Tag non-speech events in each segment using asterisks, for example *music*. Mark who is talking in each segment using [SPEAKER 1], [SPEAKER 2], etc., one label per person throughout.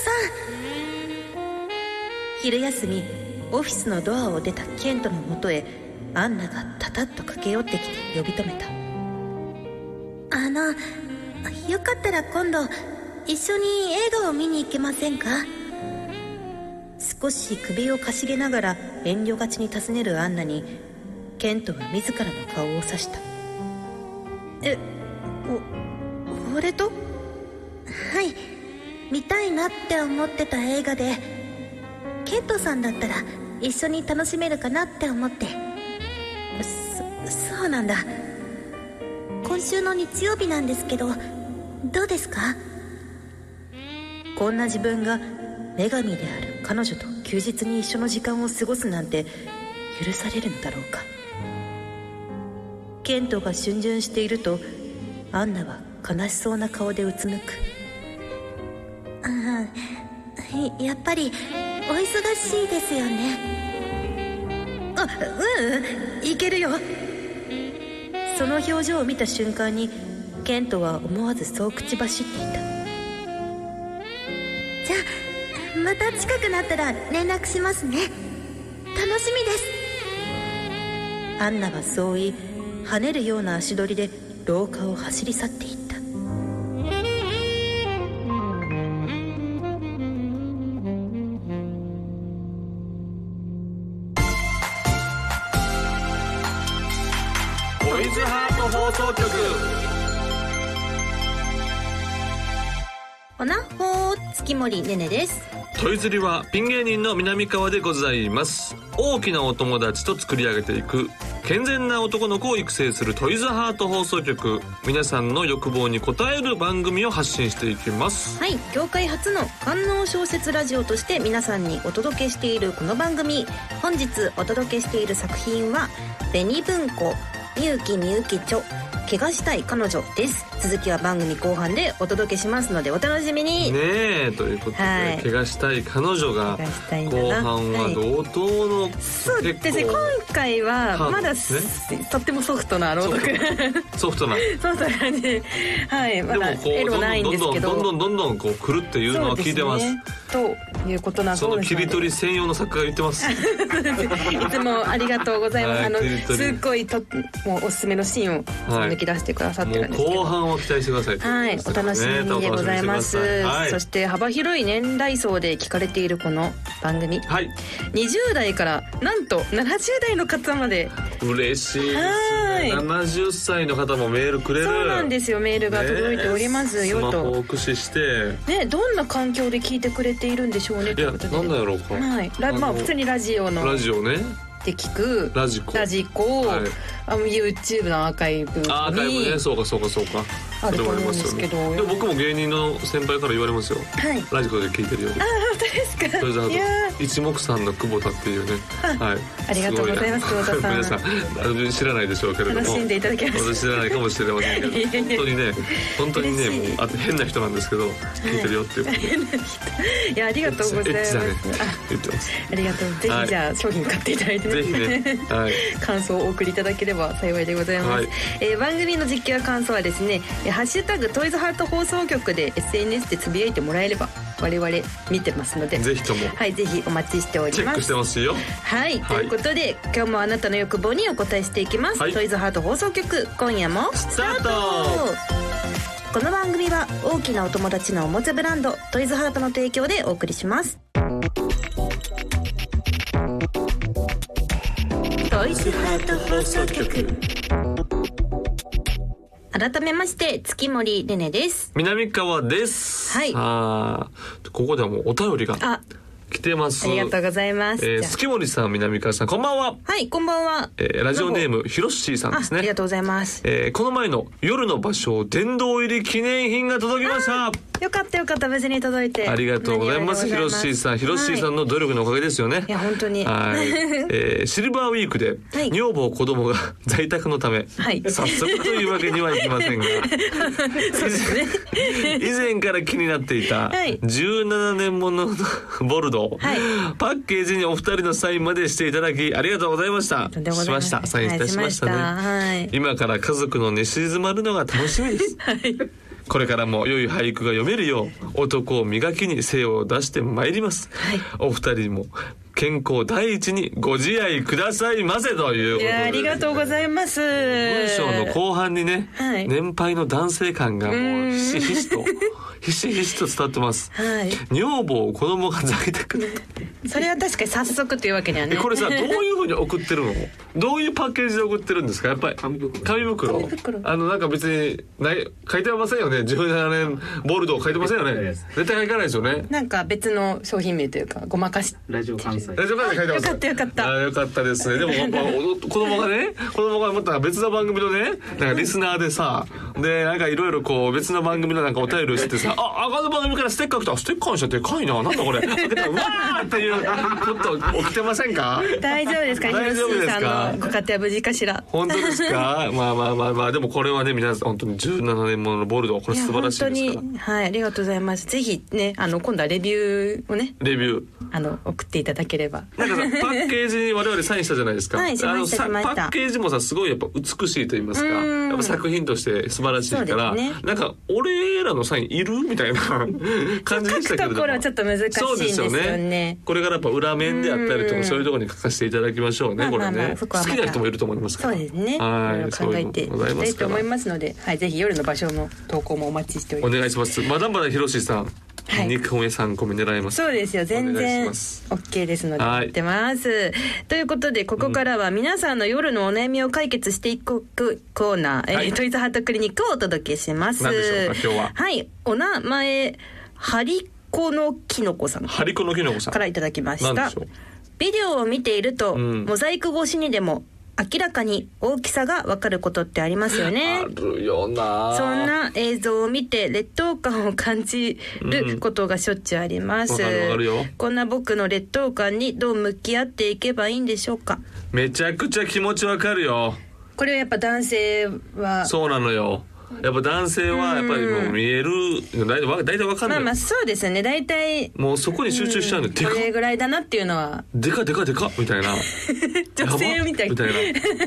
[SPEAKER 1] さん昼休みオフィスのドアを出たケントのもとへアンナがタタッと駆け寄ってきて呼び止めた
[SPEAKER 2] あのよかったら今度一緒に映画を見に行けませんか
[SPEAKER 1] 少し首をかしげながら遠慮がちに尋ねるアンナにケントは自らの顔をさした
[SPEAKER 2] えお俺とはい見たいなって思ってた映画でケントさんだったら一緒に楽しめるかなって思って
[SPEAKER 1] そそうなんだ
[SPEAKER 2] 今週の日曜日なんですけどどうですか
[SPEAKER 1] こんな自分が女神である彼女と休日に一緒の時間を過ごすなんて許されるのだろうかケントが逡巡しているとアンナは悲しそうな顔でうつむく
[SPEAKER 2] ああやっぱりお忙しいですよね
[SPEAKER 1] あうんいけるよその表情を見た瞬間にケントは思わずそう口走っていた
[SPEAKER 2] じゃあまた近くなったら連絡しますね楽しみです
[SPEAKER 1] アンナはそう言い跳ねるような足取りで廊下を走り去っていった
[SPEAKER 3] トイズハート放送局
[SPEAKER 4] おなほ月森ねねです
[SPEAKER 3] トイズリはピン芸人の南川でございます大きなお友達と作り上げていく健全な男の子を育成するトイズハート放送局皆さんの欲望に応える番組を発信していきます
[SPEAKER 4] はい業界初の官能小説ラジオとして皆さんにお届けしているこの番組本日お届けしている作品は「紅文庫みゆきみゆきちょ」怪我したい彼女です続きは番組後半でお届けしますのでお楽しみに
[SPEAKER 3] ねえということで、
[SPEAKER 4] はい
[SPEAKER 3] 怪我したい彼女が
[SPEAKER 4] 怪我したいんだ
[SPEAKER 3] 後
[SPEAKER 4] な
[SPEAKER 3] 半は同等の、
[SPEAKER 4] そうですね今回はまだす、とってもソフトな朗読
[SPEAKER 3] ソフトなで
[SPEAKER 4] *laughs* そうそういう感じではいま
[SPEAKER 3] も
[SPEAKER 4] だ
[SPEAKER 3] こ
[SPEAKER 4] エロないん
[SPEAKER 3] う
[SPEAKER 4] ですけど
[SPEAKER 3] どんどんどんどんどんどんこう来るっていうのは聞いてます
[SPEAKER 4] そうですねということなん
[SPEAKER 3] その切り取り専用の作家が言ってま
[SPEAKER 4] *laughs*
[SPEAKER 3] す
[SPEAKER 4] りいつもありがとうございます、
[SPEAKER 3] はい
[SPEAKER 4] あの
[SPEAKER 3] 切り取り
[SPEAKER 4] すっごいともうおすすめのシーンを
[SPEAKER 3] はい
[SPEAKER 4] 抜き出してくださって
[SPEAKER 3] も
[SPEAKER 4] る
[SPEAKER 3] うん
[SPEAKER 4] ですけど
[SPEAKER 3] 後半を期待してください
[SPEAKER 4] はい、お楽しみでございます。
[SPEAKER 3] ねお楽しみにしてくださいはい
[SPEAKER 4] そして幅広い年代層で聞かれているこの番組、
[SPEAKER 3] はい、
[SPEAKER 4] 20代からなんと70代の方まで、
[SPEAKER 3] 嬉しいですね
[SPEAKER 4] はい
[SPEAKER 3] 70歳の方もメールくれる
[SPEAKER 4] そうなんですよメールが届いておりますよ
[SPEAKER 3] ねえスマホ
[SPEAKER 4] と。
[SPEAKER 3] を駆使して
[SPEAKER 4] ね、どんな環境で聞いてくれているんでしょうね
[SPEAKER 3] い
[SPEAKER 4] とい
[SPEAKER 3] や
[SPEAKER 4] うことで。
[SPEAKER 3] なんだろうか、
[SPEAKER 4] はい、ラまあ
[SPEAKER 3] の
[SPEAKER 4] 普通にラジオの
[SPEAKER 3] ラジオね
[SPEAKER 4] で聞く
[SPEAKER 3] ラジコ
[SPEAKER 4] ラジコ、
[SPEAKER 3] はい
[SPEAKER 4] あの YouTube のアーカイブに
[SPEAKER 3] あーアーカイブねそうかそうかそうか
[SPEAKER 4] あると思うん
[SPEAKER 3] それはありま
[SPEAKER 4] ですけど
[SPEAKER 3] よねでも僕も芸人の先輩から言われますよ
[SPEAKER 4] はい。
[SPEAKER 3] ラジコで聞いてるよ
[SPEAKER 4] あ本当ですか。
[SPEAKER 3] それじゃ
[SPEAKER 4] いやー
[SPEAKER 3] あ一目散の久保田っていうねはい
[SPEAKER 4] ありがとうございます
[SPEAKER 3] ご
[SPEAKER 4] 久保田さん
[SPEAKER 3] 皆さんあの知らないでしょうけれども
[SPEAKER 4] 楽しんでいただけました
[SPEAKER 3] 私知らないかもしれませんけど
[SPEAKER 4] いやいや
[SPEAKER 3] 本当にね本当にね
[SPEAKER 4] 嬉しい
[SPEAKER 3] もうあと変な人なんですけど聞いてるよっていうことで
[SPEAKER 4] *laughs* いやありがとうござい
[SPEAKER 3] エッ
[SPEAKER 4] ま
[SPEAKER 3] チ
[SPEAKER 4] す
[SPEAKER 3] だねって。言ってます
[SPEAKER 4] ありがとう。ぜ
[SPEAKER 3] は
[SPEAKER 4] ひ
[SPEAKER 3] い
[SPEAKER 4] じゃあ商品買っていただいて
[SPEAKER 3] ぜひねはい
[SPEAKER 4] *laughs* 感想をお送りいただければ幸いでございます、
[SPEAKER 3] はい
[SPEAKER 4] えー番組の実況や感想はですね「えーハッシュタグトイズハート放送局」で SNS でつぶやいてもらえれば我々見てますので
[SPEAKER 3] ぜひとも
[SPEAKER 4] はいぜひお待ちしてお
[SPEAKER 3] チ
[SPEAKER 4] り
[SPEAKER 3] ェッ
[SPEAKER 4] ま
[SPEAKER 3] クして
[SPEAKER 4] す
[SPEAKER 3] ますよ
[SPEAKER 4] はい、
[SPEAKER 3] はい
[SPEAKER 4] ということで今日もあなたの欲望にお答えしていきます、
[SPEAKER 3] はい
[SPEAKER 4] トイズハート放送局今夜も
[SPEAKER 3] スタート
[SPEAKER 4] この番組は大きなお友達のおもちゃブランドトイズハートの提供でお送りしますトイズハート放送局改めまして月森ねねです
[SPEAKER 3] 南川です
[SPEAKER 4] はい
[SPEAKER 3] あーここではもうお便りが
[SPEAKER 4] あ
[SPEAKER 3] 来てます
[SPEAKER 4] ありがとうございます、
[SPEAKER 3] えー
[SPEAKER 4] じゃあ
[SPEAKER 3] 月森さん南川さんこんばんは
[SPEAKER 4] はいこんばんは、
[SPEAKER 3] えーラジオネームひろっしーさん
[SPEAKER 4] あ
[SPEAKER 3] です
[SPEAKER 4] あり
[SPEAKER 3] ね
[SPEAKER 4] がとうございます
[SPEAKER 3] えーこの前の夜の場所殿堂入り記念品が届きました
[SPEAKER 4] よかったよかった無事に届いて
[SPEAKER 3] ありがとうございます。ヒ
[SPEAKER 4] 何よ
[SPEAKER 3] ロ
[SPEAKER 4] りでござ
[SPEAKER 3] シ
[SPEAKER 4] い
[SPEAKER 3] ーさん、ヒロシーさ
[SPEAKER 4] は
[SPEAKER 3] んの努力のおかげですよね。
[SPEAKER 4] いや本当に *laughs*
[SPEAKER 3] はい。えーシルバーウィークで、
[SPEAKER 4] はい
[SPEAKER 3] 女房子供が *laughs* 在宅のため、
[SPEAKER 4] はい
[SPEAKER 3] 早速というわけにはいきません
[SPEAKER 4] *laughs*
[SPEAKER 3] が、以前から気になっていた
[SPEAKER 4] はい
[SPEAKER 3] 17年もののボルドー、
[SPEAKER 4] はい
[SPEAKER 3] パッケージにお二人のサインまでしていただきありがとうございました。
[SPEAKER 4] とんでもご
[SPEAKER 3] し
[SPEAKER 4] ざい
[SPEAKER 3] ま
[SPEAKER 4] ません
[SPEAKER 3] した。サインいたしましたね。
[SPEAKER 4] はいしましたはい
[SPEAKER 3] 今から家族の寝静まるのが楽しみです。これからも良い俳句が読めるよう男を磨きに精を出してまいります、お二人も健康第一にご自愛くださいませということ
[SPEAKER 4] いや
[SPEAKER 3] で
[SPEAKER 4] ありがとうございます
[SPEAKER 3] 文
[SPEAKER 4] 文
[SPEAKER 3] 章の後半にね、
[SPEAKER 4] はい
[SPEAKER 3] 年配の男性感がもうひしひ
[SPEAKER 4] *laughs*
[SPEAKER 3] しとひしひしと伝わってます
[SPEAKER 4] はい
[SPEAKER 3] 女房を子供が抱いてくる
[SPEAKER 4] それは確かに早速っていうわけには
[SPEAKER 3] え
[SPEAKER 4] ね
[SPEAKER 3] これさどういうふうに送ってるのどういうパッケージで送ってるんですかやっぱり
[SPEAKER 5] 紙袋
[SPEAKER 3] 紙袋
[SPEAKER 4] 紙袋
[SPEAKER 3] あのなんか別にない書いてませんよね17年ボルドー書いてませんよね絶対書かないですよね
[SPEAKER 4] なんか別の商品名というかごまかし
[SPEAKER 5] ラジオ関西
[SPEAKER 3] 大丈夫か書いてます
[SPEAKER 4] よかったよかった
[SPEAKER 3] あーよかったですねでもやっぱお子供がね子供がまた別の番組のねなんかリスナーでさでなんかいろいろこう別の番組のなんかお便りをしてさあああの番組からステッカー来たステッカーにしちゃでかいななんだこれ開けたらうわーっていう *laughs* こと起きてませんか
[SPEAKER 4] 大丈夫ですか
[SPEAKER 3] 大丈夫です
[SPEAKER 4] ヒロシー
[SPEAKER 3] か
[SPEAKER 4] さんのご家庭は無事かしら
[SPEAKER 3] 本当ですかまあまあまあまあでもこれはね皆さん本当に17年もののボルドーこれ素晴らしいです
[SPEAKER 4] や本
[SPEAKER 3] から
[SPEAKER 4] 当にはいありがとうございますぜひねあの今度はレビューをね
[SPEAKER 3] レビュー
[SPEAKER 4] あの送っていただければ
[SPEAKER 3] なんかさパッケージに我々サインしたじゃないですか、
[SPEAKER 4] はいしました
[SPEAKER 3] あ
[SPEAKER 4] し
[SPEAKER 3] の
[SPEAKER 4] ました
[SPEAKER 3] さパッケージもさすごいやっぱ美しいと言いますか
[SPEAKER 4] うん
[SPEAKER 3] やっぱ作品として素晴らしいから、
[SPEAKER 4] そうですね
[SPEAKER 3] なんか俺らのサインいるみたいな感じでした
[SPEAKER 4] 書
[SPEAKER 3] けれど
[SPEAKER 4] く
[SPEAKER 3] も
[SPEAKER 4] ところはちょっと難しいんです
[SPEAKER 3] そうですよ
[SPEAKER 4] よ
[SPEAKER 3] ね
[SPEAKER 4] ね
[SPEAKER 3] これからやっぱ裏面であったりと
[SPEAKER 4] う
[SPEAKER 3] か
[SPEAKER 4] ん
[SPEAKER 3] そういうところに書かせていただきましょうね、
[SPEAKER 4] まあま
[SPEAKER 3] これ
[SPEAKER 4] あ
[SPEAKER 3] ね、
[SPEAKER 4] まあそこは
[SPEAKER 3] 好
[SPEAKER 4] また
[SPEAKER 3] きな人もいると思いますか
[SPEAKER 4] そ
[SPEAKER 3] ら
[SPEAKER 4] うですねい
[SPEAKER 3] はい
[SPEAKER 4] ろいろ考えてい
[SPEAKER 3] そういうのござい
[SPEAKER 4] き
[SPEAKER 3] ま
[SPEAKER 4] たい
[SPEAKER 3] すか
[SPEAKER 4] と
[SPEAKER 3] ら
[SPEAKER 4] 思いますのではいぜひ夜の場所の投稿もお待ちしており
[SPEAKER 3] お
[SPEAKER 4] ます
[SPEAKER 3] 願いしますまだまだひろしさ
[SPEAKER 4] は
[SPEAKER 3] ん、
[SPEAKER 4] い
[SPEAKER 3] 2個目3個目狙います
[SPEAKER 4] そうですよ全
[SPEAKER 3] お願い
[SPEAKER 4] 然
[SPEAKER 3] します
[SPEAKER 4] オッケーですので
[SPEAKER 3] はい
[SPEAKER 4] やってます。ということでここからは皆さんの夜のお悩みを解決していくコーナー、
[SPEAKER 3] は
[SPEAKER 4] え
[SPEAKER 3] い
[SPEAKER 4] ートイズハートクリニックをお届けします。
[SPEAKER 3] 何でしょうか今日は
[SPEAKER 4] はいお名前ハリコのキノコさんか
[SPEAKER 3] ハリコのキノコさん
[SPEAKER 4] らいただきまし
[SPEAKER 3] 何
[SPEAKER 4] た
[SPEAKER 3] でしょう。
[SPEAKER 4] ビデオを見ていると、
[SPEAKER 3] うん
[SPEAKER 4] モザイク越しにでも明らかに大きさがわかることってありますよね。
[SPEAKER 3] あるよな
[SPEAKER 4] そんな映像を見て劣等感を感じることがしょっちゅうあります。
[SPEAKER 3] わかるわかるよ
[SPEAKER 4] こんな僕の劣等感にどう向き合っていけばいいんでしょうか。
[SPEAKER 3] めちゃくちゃ気持ちわかるよ
[SPEAKER 4] これはやっぱ男性は。
[SPEAKER 3] そうなのよやっぱ男性はやっぱりもう見える大体わ大体わかんな
[SPEAKER 4] まあ
[SPEAKER 3] い、
[SPEAKER 4] まあそうですね。大体
[SPEAKER 3] もうそこに集中しちゃうんで、
[SPEAKER 4] これぐらいだなっていうのは
[SPEAKER 3] でかでかでかでかみたいな
[SPEAKER 4] *laughs* 女性みたい
[SPEAKER 3] やばみたいな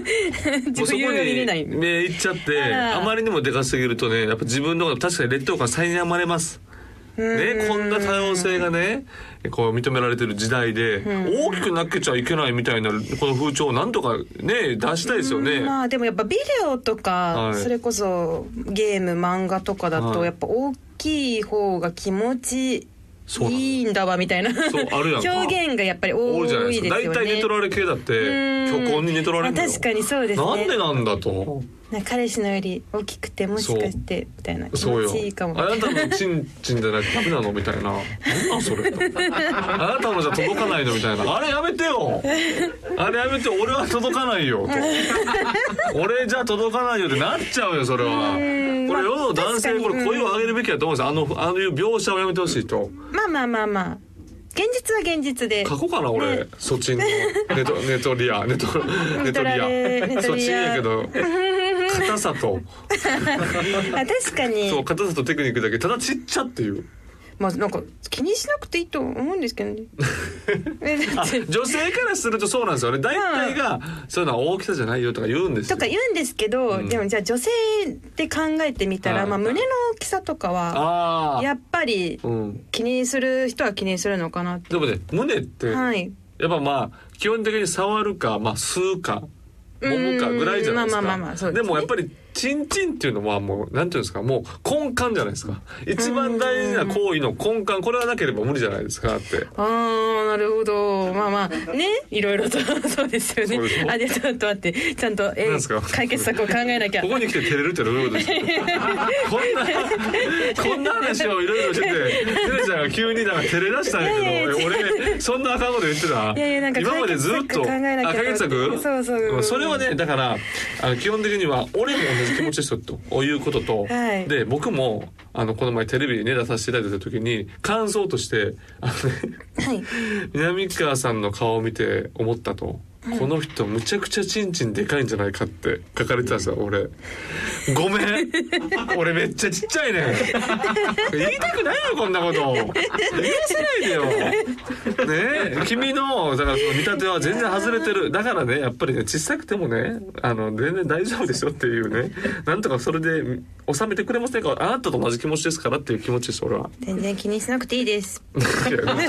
[SPEAKER 3] もうそ
[SPEAKER 4] *laughs* 女
[SPEAKER 3] こ
[SPEAKER 4] 優が見れない
[SPEAKER 3] に。目いっちゃって
[SPEAKER 4] あら
[SPEAKER 3] あまりにもでかすぎるとねやっぱ自分の方が確かに劣等感再にまれますね、こんな多様性がねこう認められてる時代で大きくなけちゃいけないみたいなこの風潮をなんとかね出したいですよね。
[SPEAKER 4] まあでもやっぱビデオとか、
[SPEAKER 3] はい
[SPEAKER 4] それこそゲーム漫画とかだ
[SPEAKER 3] は
[SPEAKER 4] と
[SPEAKER 3] い
[SPEAKER 4] やっぱ大きい方が気持ち
[SPEAKER 3] そうなの
[SPEAKER 4] いいんだわみたいな
[SPEAKER 3] そうあるやんか
[SPEAKER 4] 表現がやっぱり
[SPEAKER 3] 多
[SPEAKER 4] 多
[SPEAKER 3] い
[SPEAKER 4] い
[SPEAKER 3] じゃない
[SPEAKER 4] で
[SPEAKER 3] ですす
[SPEAKER 4] よ
[SPEAKER 3] か。
[SPEAKER 4] ね。
[SPEAKER 3] 大体寝取られ系だって
[SPEAKER 4] うん
[SPEAKER 3] 虚婚に寝取られるのよ
[SPEAKER 4] あ確かにそうですね
[SPEAKER 3] なんでなんだと。
[SPEAKER 4] なんか彼氏のより大きくてもしかしてみたいな気
[SPEAKER 3] そ
[SPEAKER 4] 持
[SPEAKER 3] うよ
[SPEAKER 4] ちいいか。も
[SPEAKER 3] あなたのチンチンじゃなくてダメなのみたいな。なんなんそれ。あなたのじゃ届かないのみたいな。あれやめてよ。あれやめて俺は届かないよと。俺じゃ届かないよってなっちゃうよそれは。
[SPEAKER 4] ん
[SPEAKER 3] これ
[SPEAKER 4] まあ
[SPEAKER 3] 世の男性
[SPEAKER 4] 確か
[SPEAKER 3] こ
[SPEAKER 4] に
[SPEAKER 3] れ声を上げるべきだと思うんですよ。あのあのいう描写をやめてほしいと。
[SPEAKER 4] まあまあまあまあ現実は現実で
[SPEAKER 3] 書こうかな俺、
[SPEAKER 4] ね
[SPEAKER 3] そ
[SPEAKER 4] *laughs*
[SPEAKER 3] っちのネトネトリアネトネトリ
[SPEAKER 4] られ
[SPEAKER 3] ア
[SPEAKER 4] ネ
[SPEAKER 3] そ
[SPEAKER 4] ト
[SPEAKER 3] っ
[SPEAKER 4] リア
[SPEAKER 3] ちや
[SPEAKER 4] *laughs*
[SPEAKER 3] けど硬さと
[SPEAKER 4] あ確かに
[SPEAKER 3] そう硬さとテクニックだけただちっちゃっていう
[SPEAKER 4] まあなんか気にしなくていいと思うんですけど
[SPEAKER 3] *laughs*
[SPEAKER 4] ねえだって
[SPEAKER 3] 女性からするとそうなんですよね大体がそういうのは大きさじゃないよとか言うんです
[SPEAKER 4] と
[SPEAKER 3] よ
[SPEAKER 4] か言うんですけど、
[SPEAKER 3] ん
[SPEAKER 4] でもじゃあ女性で考えてみた
[SPEAKER 3] は
[SPEAKER 4] ら、
[SPEAKER 3] い
[SPEAKER 4] まあ、胸の大きさとかは
[SPEAKER 3] ああ
[SPEAKER 4] やっぱり
[SPEAKER 3] うん
[SPEAKER 4] 気にする人は気にするのかなって
[SPEAKER 3] でもね胸ってや
[SPEAKER 4] は
[SPEAKER 3] っ
[SPEAKER 4] い
[SPEAKER 3] ぱまあ基本的に触るかまあ吸うか揉むかぐらいじゃないです
[SPEAKER 4] うんまあまあまあまあそ
[SPEAKER 3] か
[SPEAKER 4] うですね
[SPEAKER 3] でもやっぱりチンチンっていうのはもうなんていうんですかもう根幹じゃないですか一番大事な行為の根幹これがなければ無理じゃないですかって
[SPEAKER 4] あーなるほどまあまあねいろいろと *laughs* そうですよね
[SPEAKER 3] そうでしょ
[SPEAKER 4] あでちょっと待ってちゃんと、え
[SPEAKER 3] なんすか
[SPEAKER 4] 解決策を考えなきゃ
[SPEAKER 3] ここに来て照れるってどういうことで
[SPEAKER 4] *laughs*
[SPEAKER 3] すかこんなこんな話をいろいろしててゆめちゃんが急になんか照れ出したんやけど
[SPEAKER 4] いやいや違
[SPEAKER 3] 俺そんな赤こと言ってた
[SPEAKER 4] いやいやなんか
[SPEAKER 3] 今までずっ
[SPEAKER 4] 解決
[SPEAKER 3] と
[SPEAKER 4] 策考えなきゃ
[SPEAKER 3] あ解決策
[SPEAKER 4] そうそう
[SPEAKER 3] まあれはねだからあの基本的には俺も同じ気持ちですよということと、
[SPEAKER 4] はい
[SPEAKER 3] で僕もあのこの前テレビに、ね、出させていただいた時に感想としてあのね
[SPEAKER 4] はい
[SPEAKER 3] 南川さんの顔を見て思ったと。この人むちゃくちゃチンチンでかいんじゃないかって書かれてたんですよ俺ごめん俺めっちゃちっちゃいね言いたくないよこんなこと言い出さないでよねえ君のだからその見立ては全然外れてるだからねやっぱりね小さくてもねあの全然大丈夫でしょっていうねなんとかそれで収めてくれませんかあなたと同じ気持ちですからっていう気持ちです俺は
[SPEAKER 4] 全然気にしなくていいです。
[SPEAKER 3] いやね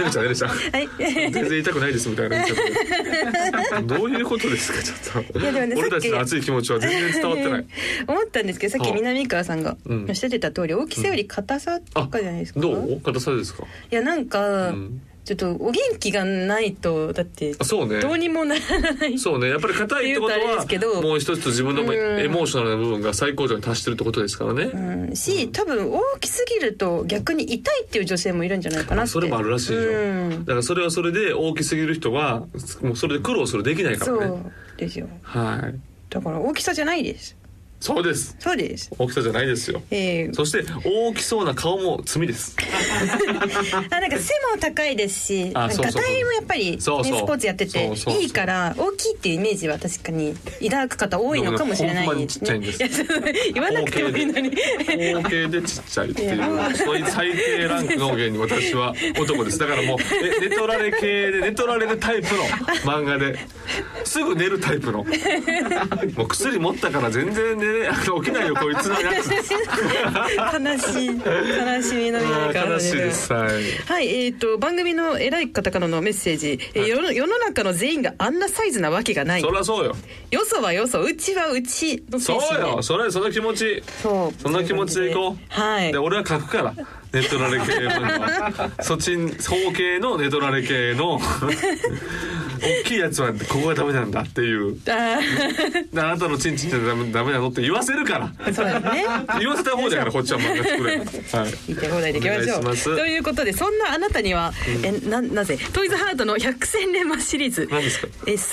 [SPEAKER 3] るちゃんねるちゃん
[SPEAKER 4] はい。
[SPEAKER 3] 全然痛くないですみたいな言っちゃってどういうことですかちょっと、
[SPEAKER 4] いやでもね
[SPEAKER 3] 俺たちの
[SPEAKER 4] さっき
[SPEAKER 3] 熱い気持ちは全然伝わってない
[SPEAKER 4] *laughs* 思ったんですけどさっき
[SPEAKER 3] はあ
[SPEAKER 4] 南川さんが
[SPEAKER 3] うん
[SPEAKER 4] おっしゃってた通り大きさより硬さとかじゃないですか、
[SPEAKER 3] どう硬さですか、
[SPEAKER 4] いやなん
[SPEAKER 3] う
[SPEAKER 4] か、
[SPEAKER 3] ん、
[SPEAKER 4] ちょっとお元気がないとだって
[SPEAKER 3] あそうね
[SPEAKER 4] どうにもならない
[SPEAKER 3] そうねやっぱり硬いってこと
[SPEAKER 4] って言うとあれで
[SPEAKER 3] は
[SPEAKER 4] すけど
[SPEAKER 3] もう一つ自分の
[SPEAKER 4] うん
[SPEAKER 3] エモーショナルな部分が最高潮に達してるってことですからね、
[SPEAKER 4] うんし多分大きすぎると逆に痛いっていう女性もいるんじゃないかなって
[SPEAKER 3] それもあるらしいよ、
[SPEAKER 4] うん
[SPEAKER 3] だからそれはそれで大きすぎる人はもうそれで苦労するできないか
[SPEAKER 4] そ
[SPEAKER 3] らね
[SPEAKER 4] うですよ
[SPEAKER 3] はい
[SPEAKER 4] だから大きさじゃないです
[SPEAKER 3] そうです
[SPEAKER 4] そうです
[SPEAKER 3] 大きさじゃないですよ
[SPEAKER 4] えー、
[SPEAKER 3] そして大きそうな顔も罪です
[SPEAKER 4] あなんか背も高いですし
[SPEAKER 3] あ
[SPEAKER 4] なん
[SPEAKER 3] そう
[SPEAKER 4] か
[SPEAKER 3] そうそう
[SPEAKER 4] ガタイもやっぱり、ね、スポ
[SPEAKER 3] そうそう
[SPEAKER 4] ーツやってて
[SPEAKER 3] そうそうそう
[SPEAKER 4] いいから大きいっていうイメージは確かに抱く方多いのかもしれな
[SPEAKER 3] でもねほんま
[SPEAKER 4] い
[SPEAKER 3] にちっちゃいんです
[SPEAKER 4] ねやそう言わなくてもいいのに
[SPEAKER 3] 合計でちっちゃいってい
[SPEAKER 4] いや
[SPEAKER 3] うそういう最低ランクの芸人私は男ですだからもうえ寝取られ系で寝取られるタイプの漫画ですぐ寝るタイプのもう薬持ったから全然寝れあの起きないよこいつのやつ
[SPEAKER 4] 悲しい悲しみのな
[SPEAKER 3] あ
[SPEAKER 4] い
[SPEAKER 3] ー
[SPEAKER 4] 顔
[SPEAKER 3] 悲しいですはい
[SPEAKER 4] はい、えー、と番組の偉い方からのメッセージ、えー世の世の中の全員があんなサイズなわけがない
[SPEAKER 3] そりゃそうよ
[SPEAKER 4] よそはよそうちはうちの精
[SPEAKER 3] そ
[SPEAKER 4] 神
[SPEAKER 3] う
[SPEAKER 4] で
[SPEAKER 3] よそれその気持ち
[SPEAKER 4] そう
[SPEAKER 3] そんな気持ちでいこう
[SPEAKER 4] はい
[SPEAKER 3] で俺は書くからネトラレ系漫画そっち総系のネトラレ系の大きいやつはここがダメなんだっていう
[SPEAKER 4] あ
[SPEAKER 3] であなたのチンチンってダメダメなのって言わせ
[SPEAKER 4] *laughs*
[SPEAKER 3] るから
[SPEAKER 4] ー *laughs* そうですね
[SPEAKER 3] 言わせた方だからこっち
[SPEAKER 4] *laughs*
[SPEAKER 3] は漫画作れるはい
[SPEAKER 4] 言って放題でいきましょ
[SPEAKER 3] お
[SPEAKER 4] う
[SPEAKER 3] 願いします
[SPEAKER 4] ということでそんなあなたには、えななぜトイズハートの百戦錬磨シリーズ
[SPEAKER 3] 何ですか
[SPEAKER 4] え推進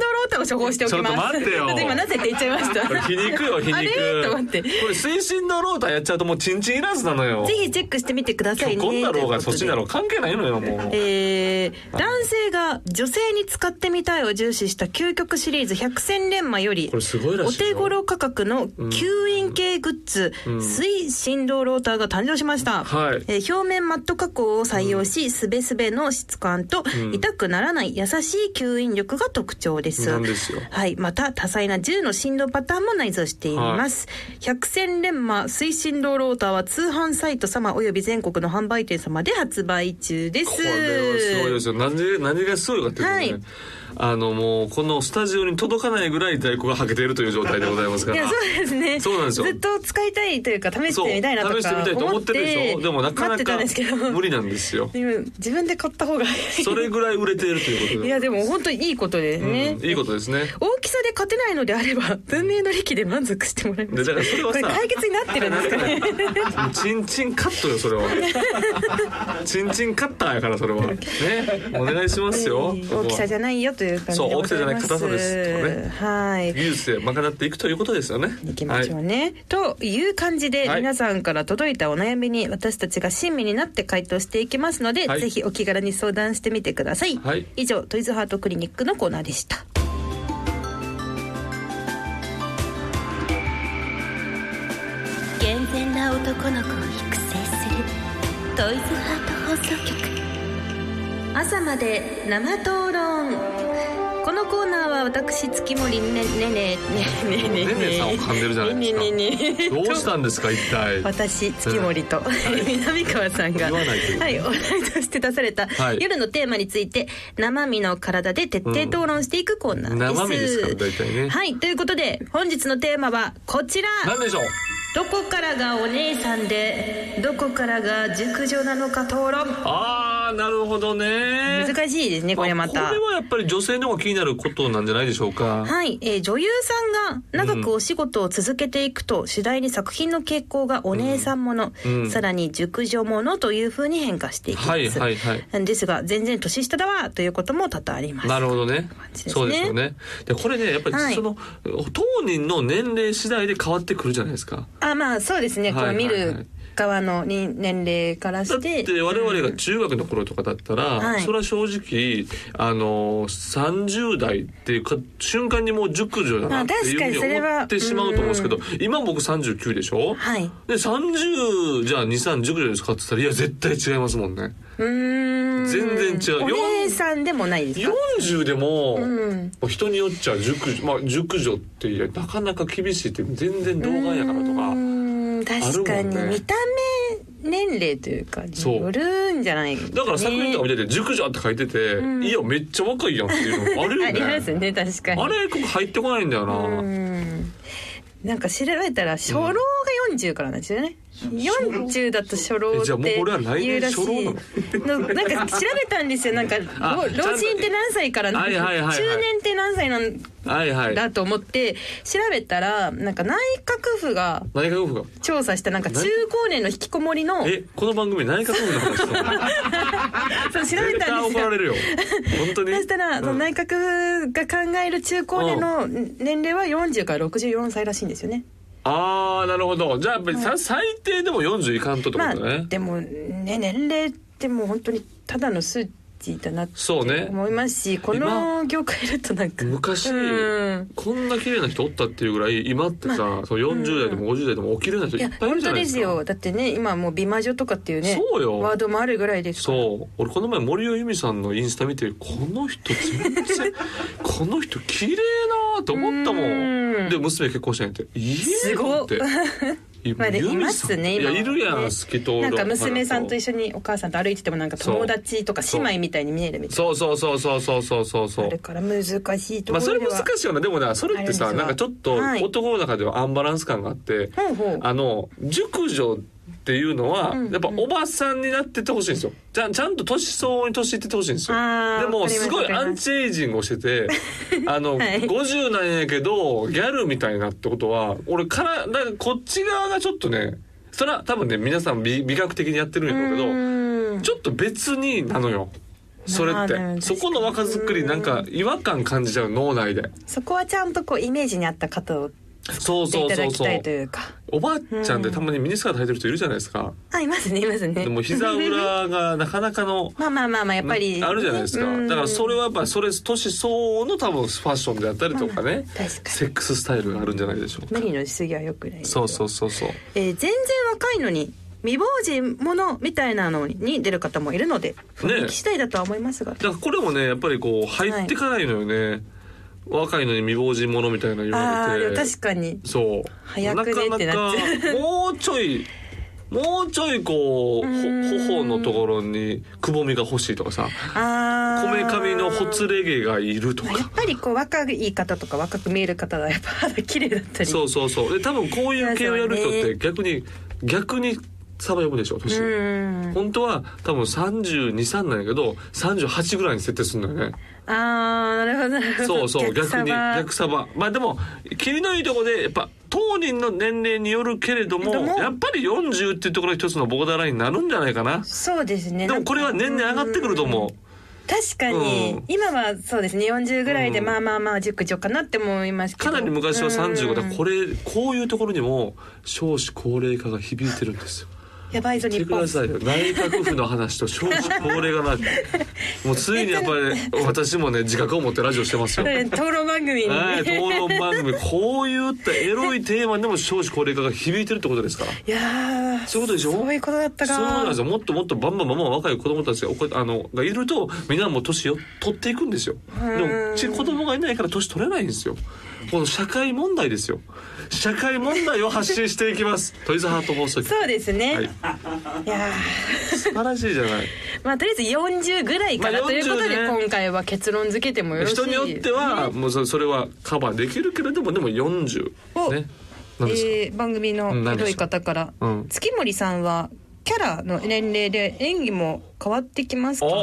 [SPEAKER 4] ドロータを処方しておきます
[SPEAKER 3] ちょっと待ってよ
[SPEAKER 4] だ今なぜって言っちゃいました
[SPEAKER 3] これ皮肉よ皮肉
[SPEAKER 4] あれと思って
[SPEAKER 3] これ推進のロータやっちゃうともうチンチンいらずなのよ
[SPEAKER 4] ぜひチェックしてみてくださいね
[SPEAKER 3] 今日こんなろうが
[SPEAKER 4] と
[SPEAKER 3] そ
[SPEAKER 4] い
[SPEAKER 3] っ
[SPEAKER 4] こ
[SPEAKER 3] ち
[SPEAKER 4] とで
[SPEAKER 3] だろう関係ないのよもう
[SPEAKER 4] えー男性が女性に使ってみたいを重視した究極シリーズ百戦錬磨より
[SPEAKER 3] これすごいら
[SPEAKER 4] お
[SPEAKER 3] しいよ
[SPEAKER 4] 手頃価格の吸引系グッズ、水振動ローターが誕生しました、
[SPEAKER 3] はい
[SPEAKER 4] えー表面マット加工を採用し、すべすべの質感と、
[SPEAKER 3] ん
[SPEAKER 4] 痛くならない優しい吸引力が特徴です
[SPEAKER 3] なんですよ
[SPEAKER 4] はい、また多彩な銃の振動パターンも内蔵しています、百戦錬磨水振動ローターは通販サイト様および全国の販売店様で発売中です
[SPEAKER 3] これはすごいですよ何で何がすごいかっていうとね、
[SPEAKER 4] はい
[SPEAKER 3] あのもうこのスタジオに届かないぐらい在庫がはけているという状態でございますか
[SPEAKER 4] い
[SPEAKER 3] ら
[SPEAKER 4] やそうですね
[SPEAKER 3] そうなんですよ
[SPEAKER 4] ずっと使いたいというか試してみたいなと
[SPEAKER 3] そう
[SPEAKER 4] か思
[SPEAKER 3] 試してみたいと思ってるでしょでもなか
[SPEAKER 4] 待って
[SPEAKER 3] な
[SPEAKER 4] た
[SPEAKER 3] か
[SPEAKER 4] んですけど
[SPEAKER 3] 無理なんですよ
[SPEAKER 4] でも自分で買った方がいい
[SPEAKER 3] それぐらい売れているということで
[SPEAKER 4] いやでも本当にいいことですね、
[SPEAKER 3] うんいいことですね
[SPEAKER 4] 大きさで勝てないのであれば文明の利器で満足してもらいます
[SPEAKER 3] でだからそれは
[SPEAKER 4] こ
[SPEAKER 3] さ
[SPEAKER 4] れ解決になってるんですかね
[SPEAKER 3] チンチンカットよそれはチンチンカッターやからそれはねお願いしますよそこは
[SPEAKER 4] 大きさじゃないよという感じで
[SPEAKER 3] そう
[SPEAKER 4] ございます
[SPEAKER 3] 大きさじゃない硬さですと
[SPEAKER 4] はい
[SPEAKER 3] 技術で賄っていくということですよね
[SPEAKER 4] 行きましょうね、という感じで
[SPEAKER 3] はい
[SPEAKER 4] 皆さんから届いたお悩みに私たちが親身になって回答していきますので、
[SPEAKER 3] はい
[SPEAKER 4] ぜひお気軽に相談してみてください、
[SPEAKER 3] はい
[SPEAKER 4] 以上トイズハートクリニックのコーナーでした
[SPEAKER 2] 健全な男の子を育成するトイズハート放送局
[SPEAKER 4] 朝まで生討論このコーナーは私月森ねねねねねね
[SPEAKER 3] ねねさんを噛んでるじゃないですか
[SPEAKER 4] ねねねね
[SPEAKER 3] どうしたんですか一体
[SPEAKER 4] 私月森と、 *laughs* 南川さんが
[SPEAKER 3] 言わないけど
[SPEAKER 4] はいお題として出された、
[SPEAKER 3] はい
[SPEAKER 4] 夜のテーマについて生身の体で徹底討論していくコーナーです、
[SPEAKER 3] 生身ですから大体ね
[SPEAKER 4] はいということで本日のテーマはこちら
[SPEAKER 3] 何でしょう
[SPEAKER 4] どこからがお姉さんでどこからが熟女なのか討論
[SPEAKER 3] ああなるほどね
[SPEAKER 4] 難しいですねこれまた、
[SPEAKER 3] あこれはやっぱり女性の方が気になることなんじゃないでしょうか
[SPEAKER 4] はい、えー女優さんが長くお仕事を続けていくと、次第に作品の傾向がお姉さんもの、
[SPEAKER 3] うん
[SPEAKER 4] さらに熟女ものというふうに変化していきます。
[SPEAKER 3] はいはいはい
[SPEAKER 4] なんですが全然年下だわということも多々あります。
[SPEAKER 3] なるほどね
[SPEAKER 4] じですね
[SPEAKER 3] そうですよねでこれねやっぱ
[SPEAKER 4] は
[SPEAKER 3] り
[SPEAKER 4] い
[SPEAKER 3] その、当人の年齢次第で変わってくるじゃないですか
[SPEAKER 4] あまあそうですね、
[SPEAKER 3] はいはいはい
[SPEAKER 4] こう見る側のに年齢から
[SPEAKER 3] だっ
[SPEAKER 4] して
[SPEAKER 3] て我々が
[SPEAKER 4] うん
[SPEAKER 3] 中学の頃とかだったら、
[SPEAKER 4] はい
[SPEAKER 3] それは正直あの30代っていうか瞬間にもう熟女だなっていう
[SPEAKER 4] まあ確か
[SPEAKER 3] ふ
[SPEAKER 4] に
[SPEAKER 3] う
[SPEAKER 4] そ
[SPEAKER 3] に
[SPEAKER 4] れは
[SPEAKER 3] 思ってしまうと思うんですけど、今僕39でしょ、
[SPEAKER 4] はい
[SPEAKER 3] で30じゃあ23熟女ですかって言ったらいや絶対違いますもんね。
[SPEAKER 4] うーん
[SPEAKER 3] 全然違う
[SPEAKER 4] お姉さんでもないですか
[SPEAKER 3] 40でも、
[SPEAKER 4] ん
[SPEAKER 3] 人によっちゃ熟女,、まあ、熟女っていやなかなか厳しいって全然童顔やからと
[SPEAKER 4] う
[SPEAKER 3] か。
[SPEAKER 4] ーん確か
[SPEAKER 3] あ
[SPEAKER 4] に
[SPEAKER 3] るもんね
[SPEAKER 4] 見た目年齢というか
[SPEAKER 3] そう
[SPEAKER 4] よるんじゃないです
[SPEAKER 3] だから作品とか見てて「熟女」って書いてて「
[SPEAKER 4] ん
[SPEAKER 3] いやめっちゃ若いやん」っていうのある
[SPEAKER 4] *laughs*
[SPEAKER 3] よ
[SPEAKER 4] あ
[SPEAKER 3] ね。
[SPEAKER 4] りますね確かに
[SPEAKER 3] あれここ入ってこないんだよな。
[SPEAKER 4] うんなんか調べたら初老が40からなんですよね、40だと初老
[SPEAKER 3] え
[SPEAKER 4] っ
[SPEAKER 3] じゃあもう
[SPEAKER 4] て
[SPEAKER 3] これは来
[SPEAKER 4] 言う
[SPEAKER 3] 年
[SPEAKER 4] らし
[SPEAKER 3] 初老
[SPEAKER 4] い
[SPEAKER 3] な
[SPEAKER 4] のなんか調べたんですよなんか
[SPEAKER 3] *laughs* あ
[SPEAKER 4] 老老
[SPEAKER 3] ちゃんと
[SPEAKER 4] 人って何歳からなんか
[SPEAKER 3] はいはいはいはい
[SPEAKER 4] 中年って何歳なん
[SPEAKER 3] はいはい。
[SPEAKER 4] だと思って調べたらなんか内閣府が
[SPEAKER 3] 内閣府が。
[SPEAKER 4] 調査したなんか中高年の引きこもりの
[SPEAKER 3] え、この番組内閣府の話したの
[SPEAKER 4] *laughs* そう調べ
[SPEAKER 3] 絶対
[SPEAKER 4] たんです
[SPEAKER 3] 怒ら
[SPEAKER 4] よ
[SPEAKER 3] れるよ。本当に。
[SPEAKER 4] そしたら、その内閣府が考える中高年の年齢は40から64歳らしいんですよね
[SPEAKER 3] ああ、なるほど。じゃあやっぱりさ、最低でも40いかんとってこと
[SPEAKER 4] ま
[SPEAKER 3] だ
[SPEAKER 4] あ
[SPEAKER 3] ね。
[SPEAKER 4] でもね年齢ってもう本当にただの数値だなって
[SPEAKER 3] そうね。
[SPEAKER 4] 思いますしこの業界だとなんか
[SPEAKER 3] 昔、
[SPEAKER 4] うん
[SPEAKER 3] こんな綺麗な人おったっていうぐらい、今ってさ、そう40代でも50代でもお綺麗な人
[SPEAKER 4] い
[SPEAKER 3] い
[SPEAKER 4] や
[SPEAKER 3] っぱいい
[SPEAKER 4] 本
[SPEAKER 3] るじゃ
[SPEAKER 4] 当
[SPEAKER 3] ないで
[SPEAKER 4] ですす
[SPEAKER 3] か。
[SPEAKER 4] よだってね今もう美魔女とかっていうね
[SPEAKER 3] そうよ
[SPEAKER 4] ワードもあるぐらいですから
[SPEAKER 3] そう俺この前森尾由美さんのインスタ見てこの人全然この人綺麗なーと思ったも
[SPEAKER 4] うんん
[SPEAKER 3] で娘結婚したんやって「いい
[SPEAKER 4] すごっ
[SPEAKER 3] って。い
[SPEAKER 4] まあねいますね
[SPEAKER 3] い
[SPEAKER 4] 今
[SPEAKER 3] や
[SPEAKER 4] はい
[SPEAKER 3] るやん
[SPEAKER 4] ね
[SPEAKER 3] 透き通る
[SPEAKER 4] なんか娘さんと一
[SPEAKER 3] 緒
[SPEAKER 4] 緒にお母さんと歩いててもなんか
[SPEAKER 3] そう
[SPEAKER 4] 友達とか姉妹みたいに見えるみたい
[SPEAKER 3] そうそうそうそうそうそうそうそ
[SPEAKER 4] なあ
[SPEAKER 3] う
[SPEAKER 4] れから難しいと
[SPEAKER 3] ま
[SPEAKER 4] こ
[SPEAKER 3] あそれ
[SPEAKER 4] ろでは、
[SPEAKER 3] 難しいよなでもなそれって
[SPEAKER 4] あ
[SPEAKER 3] さ
[SPEAKER 4] るんですが
[SPEAKER 3] なんかちょっと
[SPEAKER 4] はい
[SPEAKER 3] 男の中ではアンバランス感があって
[SPEAKER 4] ほうほう
[SPEAKER 3] あの熟女っていうのは
[SPEAKER 4] うんうん
[SPEAKER 3] やっぱおばさんになってってほしいんですよちゃんちゃんと年相応に年いってってほしいんですよ
[SPEAKER 4] あー
[SPEAKER 3] でも
[SPEAKER 4] わかります
[SPEAKER 3] すごい
[SPEAKER 4] わか
[SPEAKER 3] ア
[SPEAKER 4] り
[SPEAKER 3] ン
[SPEAKER 4] ます
[SPEAKER 3] チエイジングをして
[SPEAKER 4] *laughs*
[SPEAKER 3] てあの、
[SPEAKER 4] はい
[SPEAKER 3] 50なんやけどギャルみたいなってことは俺からだからこっち側がちょっとねそれは多分ね皆さん美美学的にやってるんやろうけど
[SPEAKER 4] うん
[SPEAKER 3] ちょっと別になのよそれっ
[SPEAKER 4] まあね
[SPEAKER 3] てそこの若作りなんか違和感感じちゃう脳内で
[SPEAKER 4] そこはちゃんとこうイメージに合った方を
[SPEAKER 3] そう
[SPEAKER 4] して
[SPEAKER 3] そ
[SPEAKER 4] いうた
[SPEAKER 3] そ
[SPEAKER 4] だ
[SPEAKER 3] う
[SPEAKER 4] き
[SPEAKER 3] そ
[SPEAKER 4] た
[SPEAKER 3] う
[SPEAKER 4] いというか
[SPEAKER 3] おばあちゃんでたまにミニスカート履いてる人いるじゃないですか
[SPEAKER 4] あいますねいますね
[SPEAKER 3] でも膝裏がなかなかの
[SPEAKER 4] まあまあまあまあやっぱり
[SPEAKER 3] なあるじゃないですか
[SPEAKER 4] うん
[SPEAKER 3] だからそれはやっぱそれ年相応の多分ファッションであったりとかね
[SPEAKER 4] 確か
[SPEAKER 3] セックススタイルがあるんじゃないでしょうか
[SPEAKER 4] に無理のしすぎは良くない、
[SPEAKER 3] そうそううそうそう
[SPEAKER 4] えー全然若いのに未亡人ものみたいなのに出る方もいるので雰囲気次第だとは思いますが、
[SPEAKER 3] だからこれもねやっぱりこう入ってかないのよね、若いのに未亡人者みたいなの言
[SPEAKER 4] あ
[SPEAKER 3] わ
[SPEAKER 4] あ
[SPEAKER 3] れて
[SPEAKER 4] 確かに
[SPEAKER 3] そう
[SPEAKER 4] 早くねってなっちゃう
[SPEAKER 3] なかなかもうちょいもうちょいこうほ頬のところにくぼみが欲しいとかさ
[SPEAKER 4] あ
[SPEAKER 3] こ
[SPEAKER 4] あ
[SPEAKER 3] めかみのほつれ毛がいると
[SPEAKER 4] や
[SPEAKER 3] か
[SPEAKER 4] っぱりこう若い方とか若く見える方はやっぱ肌綺麗だったり
[SPEAKER 3] そうそうそうで多分こういう系をやる人って逆に逆にサバ呼ぶでしょ年、
[SPEAKER 4] うん
[SPEAKER 3] 本当は多分323なんやけど38ぐらいに設定するんだよね
[SPEAKER 4] ああなるほどなるほど
[SPEAKER 3] *laughs* そうそう逆
[SPEAKER 4] さ
[SPEAKER 3] に
[SPEAKER 4] は
[SPEAKER 3] 逆サバまあでも切りのいいとこでやっぱ当人の年齢によるけれども
[SPEAKER 4] でも
[SPEAKER 3] やっぱり40っていうところが一つのボーダーラインになるんじゃないかな
[SPEAKER 4] そうですね
[SPEAKER 3] でもこれは年々上がってくると思う
[SPEAKER 4] 確かに、
[SPEAKER 3] うん
[SPEAKER 4] 今はそうですね40ぐらいで
[SPEAKER 3] うん
[SPEAKER 4] まあまあまあ熟女かなって思いますけど
[SPEAKER 3] かなり昔は35だ
[SPEAKER 4] うん
[SPEAKER 3] これこういうところにも少子高齢化が響いてるんですよ
[SPEAKER 4] やばいぞ
[SPEAKER 3] 見
[SPEAKER 4] 日
[SPEAKER 3] てく
[SPEAKER 4] 本
[SPEAKER 3] ださいよ内閣府の話と少子高
[SPEAKER 4] *laughs*
[SPEAKER 3] 齢化なんてもうついにやっぱり私もね自覚を持ってラジオしてますよ
[SPEAKER 4] 討論番組に、
[SPEAKER 3] はい、討論番組こういったエロいテーマでも少子高齢化が響いてるってことですから
[SPEAKER 4] いやー
[SPEAKER 3] そういうことでしょ
[SPEAKER 4] そういうことだったか
[SPEAKER 3] そうなんですよもっともっとバンバンバンバン若い子供たちがおこあのがいるとみんなもう年を取っていくんですよ
[SPEAKER 4] ん
[SPEAKER 3] でもうち子供がいないから年取れないんですよこの社会問題ですよ社会問題を発信していきます
[SPEAKER 4] *laughs*
[SPEAKER 3] トイズハート放送局
[SPEAKER 4] そうですね、
[SPEAKER 3] はい
[SPEAKER 4] い、や
[SPEAKER 3] 素晴らしいじゃない
[SPEAKER 4] ーまあとりあえず40ぐらいから、
[SPEAKER 3] まあ
[SPEAKER 4] ということで、
[SPEAKER 3] 40ね
[SPEAKER 4] 今回は結論付けてもよろしい
[SPEAKER 3] 人によってはもうそそれはカバーできるけれどもでも40
[SPEAKER 4] お
[SPEAKER 3] ね何ですか、
[SPEAKER 4] えー番組の
[SPEAKER 3] うん何
[SPEAKER 4] ひ
[SPEAKER 3] ですか
[SPEAKER 4] どい方から、
[SPEAKER 3] うん
[SPEAKER 4] 月森さんはキャラの年齢で演技も変わってきますか
[SPEAKER 3] ああ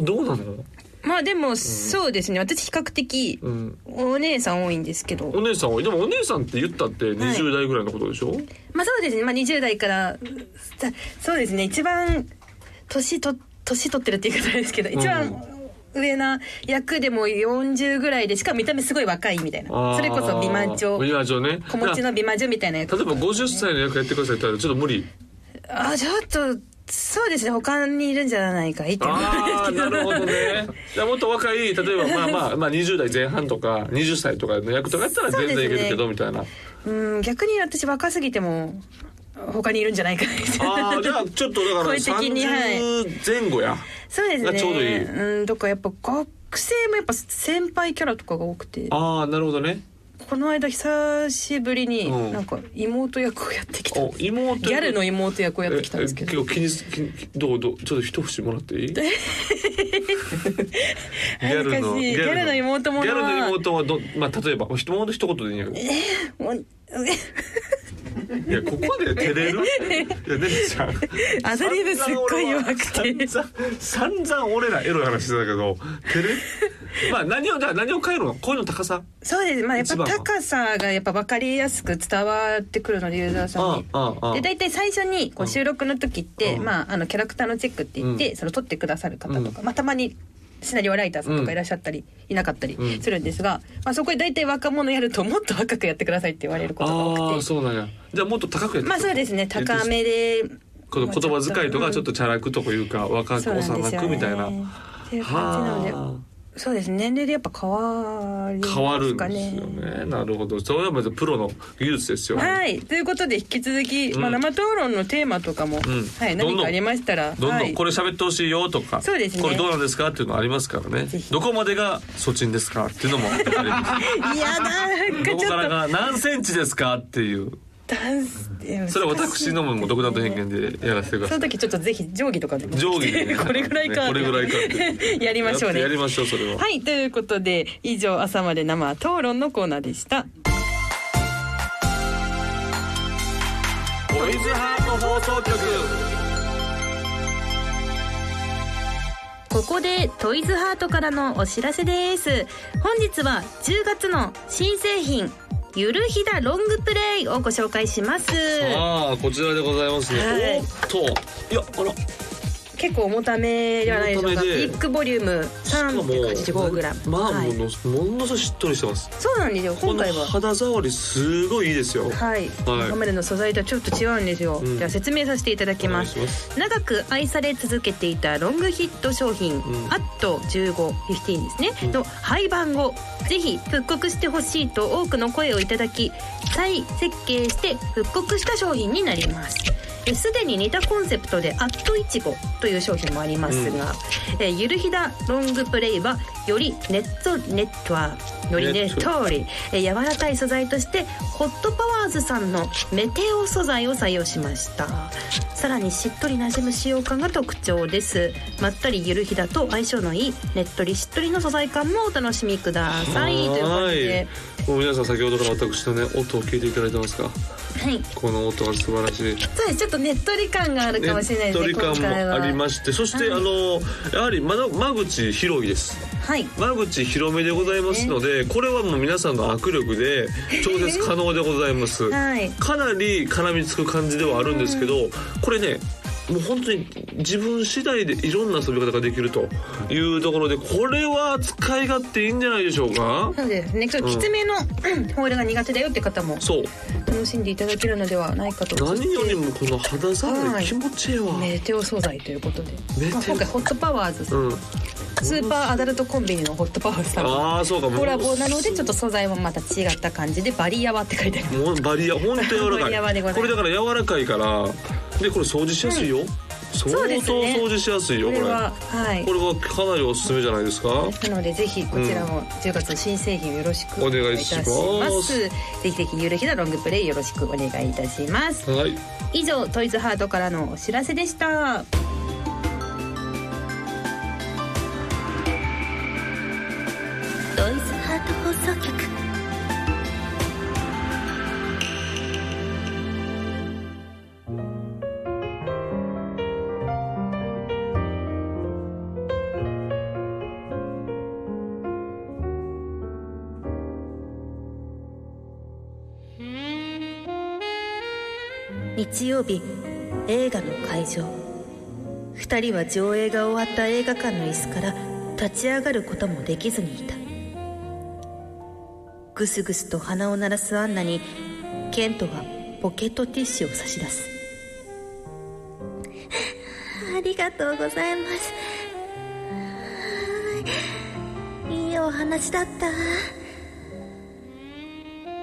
[SPEAKER 3] どうなの、
[SPEAKER 4] まあでもそうですね、私比較的
[SPEAKER 3] うん、
[SPEAKER 4] お姉さん多いんですけど、
[SPEAKER 3] お姉さんはでもお姉さんって言ったって
[SPEAKER 4] はい
[SPEAKER 3] 20代ぐらいのことでしょ、
[SPEAKER 4] まあそうですね、まあ、20代からさそうですね一番年と年取ってるって言い方ですけど一番上な役でも40ぐらいでしかも見た目すごい若いみたい
[SPEAKER 3] あ
[SPEAKER 4] な
[SPEAKER 3] ー
[SPEAKER 4] それこそ美魔女
[SPEAKER 3] 美魔女ね
[SPEAKER 4] 子持ちの美魔女みたいな
[SPEAKER 3] 例
[SPEAKER 4] 役
[SPEAKER 3] *laughs* えば50歳の役やってくださいって言ったらちょっと無理
[SPEAKER 4] あちょっとそうですね他にいるんじゃないかいって思うんです
[SPEAKER 3] *laughs* ああ
[SPEAKER 4] けど
[SPEAKER 3] なるほどねじゃあもっと若い例えばまあまあまあ20代前半とか20歳とかの役とかやったら全然いけるけどみたいな、
[SPEAKER 4] うん逆に私若すぎても他にいるんじゃないかみたいな
[SPEAKER 3] ああじゃあちょっとだから
[SPEAKER 4] 声的にはい
[SPEAKER 3] 30前後や、
[SPEAKER 4] *laughs* そうです
[SPEAKER 3] が
[SPEAKER 4] ね
[SPEAKER 3] ちょうどいい
[SPEAKER 4] うんとかやっぱ学生もやっぱ先輩キャラとかが多くて
[SPEAKER 3] ああなるほどね
[SPEAKER 4] この間久しぶりに
[SPEAKER 3] うん
[SPEAKER 4] なんか妹役をやってきた、
[SPEAKER 3] お妹
[SPEAKER 4] ギャルの妹役をやってきたんですけ
[SPEAKER 3] え
[SPEAKER 4] ど
[SPEAKER 3] え結構気にす気にどうどうちょっと一節もらって
[SPEAKER 4] *laughs*
[SPEAKER 3] いいギ
[SPEAKER 4] 恥ずかしい
[SPEAKER 3] ャルの
[SPEAKER 4] ギャルの妹ものは
[SPEAKER 3] ギャルの妹はどまあ例えばひともの一言でいいんやけど
[SPEAKER 4] もう
[SPEAKER 3] いやここで照
[SPEAKER 4] *laughs*
[SPEAKER 3] れるいやねるちゃん
[SPEAKER 4] *laughs* アドリブすっごい弱くて
[SPEAKER 3] 散々散々俺らエロい話してたけど照れ
[SPEAKER 4] *laughs*
[SPEAKER 3] まあ何をだから何を変えるの声の高さ
[SPEAKER 4] そうですまあやっ
[SPEAKER 3] 一
[SPEAKER 4] ぱ
[SPEAKER 3] 番は
[SPEAKER 4] 高さがやっぱ分かりやすく伝わってくるのでユーザーさん
[SPEAKER 3] あ
[SPEAKER 4] に。
[SPEAKER 3] あああ
[SPEAKER 4] で大体最初にこう収録の時って、
[SPEAKER 3] うん
[SPEAKER 4] まあ、あのキャラクターのチェックって言って、
[SPEAKER 3] うん
[SPEAKER 4] その撮ってくださる方とか、まあ、たまにシナリオライターさんとかいらっしゃったり、いなかったり
[SPEAKER 3] うん
[SPEAKER 4] するんですが、まあ、そこで大体若者やるともっと若くやってくださいって言われることが多
[SPEAKER 3] ああ
[SPEAKER 4] くて
[SPEAKER 3] そうなんやじゃあもっと高くやって
[SPEAKER 4] まあそうですね高めで
[SPEAKER 3] この言葉遣いとかちょっ
[SPEAKER 4] と
[SPEAKER 3] とチャラくとかいうか若く
[SPEAKER 4] そうなんで
[SPEAKER 3] 幼
[SPEAKER 4] すよ
[SPEAKER 3] く
[SPEAKER 4] ね
[SPEAKER 3] みたいな。
[SPEAKER 4] っていう感じなので
[SPEAKER 3] は
[SPEAKER 4] そうですね年齢でやっぱ変わり
[SPEAKER 3] あ
[SPEAKER 4] ますかね
[SPEAKER 3] 変わるんですよね。なるほど。それはまずプロの技術ですよ。
[SPEAKER 4] はい、ということで引き続き、
[SPEAKER 3] うん
[SPEAKER 4] まあ、生討論のテーマとかも、
[SPEAKER 3] ん
[SPEAKER 4] はい、
[SPEAKER 3] どんどん
[SPEAKER 4] 何かありましたら
[SPEAKER 3] どん
[SPEAKER 4] は
[SPEAKER 3] どん
[SPEAKER 4] い
[SPEAKER 3] これ喋ってほしいよとか、
[SPEAKER 4] そうですね
[SPEAKER 3] これどうなんですかっていうのありますからね
[SPEAKER 4] ぜひ
[SPEAKER 3] どこまでが措置ですかっていうのもあります
[SPEAKER 4] いやなん
[SPEAKER 3] ど
[SPEAKER 4] か
[SPEAKER 3] こ
[SPEAKER 4] ち
[SPEAKER 3] か
[SPEAKER 4] ょ
[SPEAKER 3] ら
[SPEAKER 4] っと
[SPEAKER 3] が何センチですかっていう
[SPEAKER 4] ダンスえ
[SPEAKER 3] それは私のももう独断と偏見でやらせてくだ
[SPEAKER 4] そ
[SPEAKER 3] さ
[SPEAKER 4] の
[SPEAKER 3] い
[SPEAKER 4] 時ちょっとぜひ定規とかで
[SPEAKER 3] 定規で
[SPEAKER 4] *laughs*
[SPEAKER 3] ね
[SPEAKER 4] これぐらいか
[SPEAKER 3] これぐらいかって
[SPEAKER 4] *laughs* やりましょうね
[SPEAKER 3] やってやりましょうそれは
[SPEAKER 4] はいということで以上「朝まで生討論」のコーナーでした
[SPEAKER 3] トイズハート放送局
[SPEAKER 2] ここでトイズハートからのお知らせです本日は10月の新製品ゆるひだロングプレイをご紹介します
[SPEAKER 3] ああこちらでございますね、
[SPEAKER 4] はい
[SPEAKER 3] おっといやあら
[SPEAKER 4] 結構重ためではないでしょうかピ
[SPEAKER 3] 重ためで
[SPEAKER 4] ックボリューム
[SPEAKER 3] しかも
[SPEAKER 4] 3.85g
[SPEAKER 3] まあ
[SPEAKER 4] は
[SPEAKER 3] も
[SPEAKER 4] い、
[SPEAKER 3] のすものすごいしっとりしてます
[SPEAKER 4] そうなんですよ今回
[SPEAKER 3] この
[SPEAKER 4] は
[SPEAKER 3] 肌触りすごいいいです
[SPEAKER 4] は
[SPEAKER 3] よ
[SPEAKER 4] い、
[SPEAKER 3] はい
[SPEAKER 4] 今までの素材とはちょっと違うんですよ、
[SPEAKER 3] うん
[SPEAKER 4] じゃあ説明させていただき
[SPEAKER 3] お願
[SPEAKER 4] ま
[SPEAKER 3] い
[SPEAKER 4] す
[SPEAKER 3] します
[SPEAKER 4] 長く愛され続けていたロングヒット商品、
[SPEAKER 3] ん
[SPEAKER 4] アット1515ですね、
[SPEAKER 3] うん
[SPEAKER 4] の廃盤をぜひ復刻してほしいと多くの声をいただき再設計して復刻した商品になりますですでに似たコンセプトで「アットいちご」という商品もありますが、えーゆるひだロングプレイはよりネットネットはよりね
[SPEAKER 3] ネット
[SPEAKER 4] 通りえー柔らかい素材としてホットパワーズさんのメテオ素材を採用しましたさらにしっとりなじむ使用感が特徴ですまったりゆるひだと相性のいいねっとりしっとりの素材感もお楽しみくださいということで
[SPEAKER 3] はいもう皆さん先ほどから私のね音を聞いていただいてますか
[SPEAKER 4] はい
[SPEAKER 3] この音が素晴らしい
[SPEAKER 4] そうですちょっとねっとり感があるかもしれないですね
[SPEAKER 3] ねっと
[SPEAKER 4] 今
[SPEAKER 3] り
[SPEAKER 4] 回
[SPEAKER 3] 感も
[SPEAKER 4] は
[SPEAKER 3] ありましてそして、
[SPEAKER 4] はい
[SPEAKER 3] あのやはりまだ間口広いです
[SPEAKER 4] はい
[SPEAKER 3] 間口広めでございますので、これはもう皆さんの握力で調節可能でございます、
[SPEAKER 4] *laughs* はい
[SPEAKER 3] かなり絡みつく感じではあるんですけど、これねもう本当に自分次第でいろんな遊び方ができるというところでこれは使い勝手いいんじゃないでしょうか
[SPEAKER 4] そうですねちょっときつめの、 *clears throat* ホールが苦手だよって方も
[SPEAKER 3] そう
[SPEAKER 4] 楽しんでいただけるのではないかと
[SPEAKER 3] 何よりもこの肌触
[SPEAKER 4] はい
[SPEAKER 3] り気持ちいいわ、
[SPEAKER 4] メテオ素材ということで、
[SPEAKER 3] メテオ
[SPEAKER 4] まあ、今回ホットパワーズさん
[SPEAKER 3] うん
[SPEAKER 4] スーパーアダルトコンビニのホットパワーズさんの
[SPEAKER 3] ああそうか
[SPEAKER 4] コラボなのでちょっと素材はまた違った感じでバリアワって書いてあります
[SPEAKER 3] もうバ
[SPEAKER 4] *laughs*
[SPEAKER 3] リア本当柔らか
[SPEAKER 4] バ
[SPEAKER 3] い
[SPEAKER 4] リアはでございます
[SPEAKER 3] これだから柔らかいからでこれ掃除しやすいよ、相
[SPEAKER 4] そう
[SPEAKER 3] 当
[SPEAKER 4] ですね
[SPEAKER 3] 掃除しやすい
[SPEAKER 4] こ
[SPEAKER 3] よこれ
[SPEAKER 4] れははい
[SPEAKER 3] これはかなりおすすめじゃないですか
[SPEAKER 4] なのでぜひこちらも10月の新製品をよろしく
[SPEAKER 3] お願いします
[SPEAKER 4] お願いいたしますぜひぜひゆるひなロングプレイよろしくお願いいたします
[SPEAKER 3] はい
[SPEAKER 4] 以上トイズハートからのお知らせでした
[SPEAKER 2] トイズハート放送局
[SPEAKER 1] 日曜日映画の会場2人は上映が終わった映画館の椅子から立ち上がることもできずにいたぐすぐすと鼻を
[SPEAKER 2] *laughs*
[SPEAKER 1] 鳴らすアンナにケントはポケットティッシュを差し出す
[SPEAKER 2] りがとうございますいいお話だった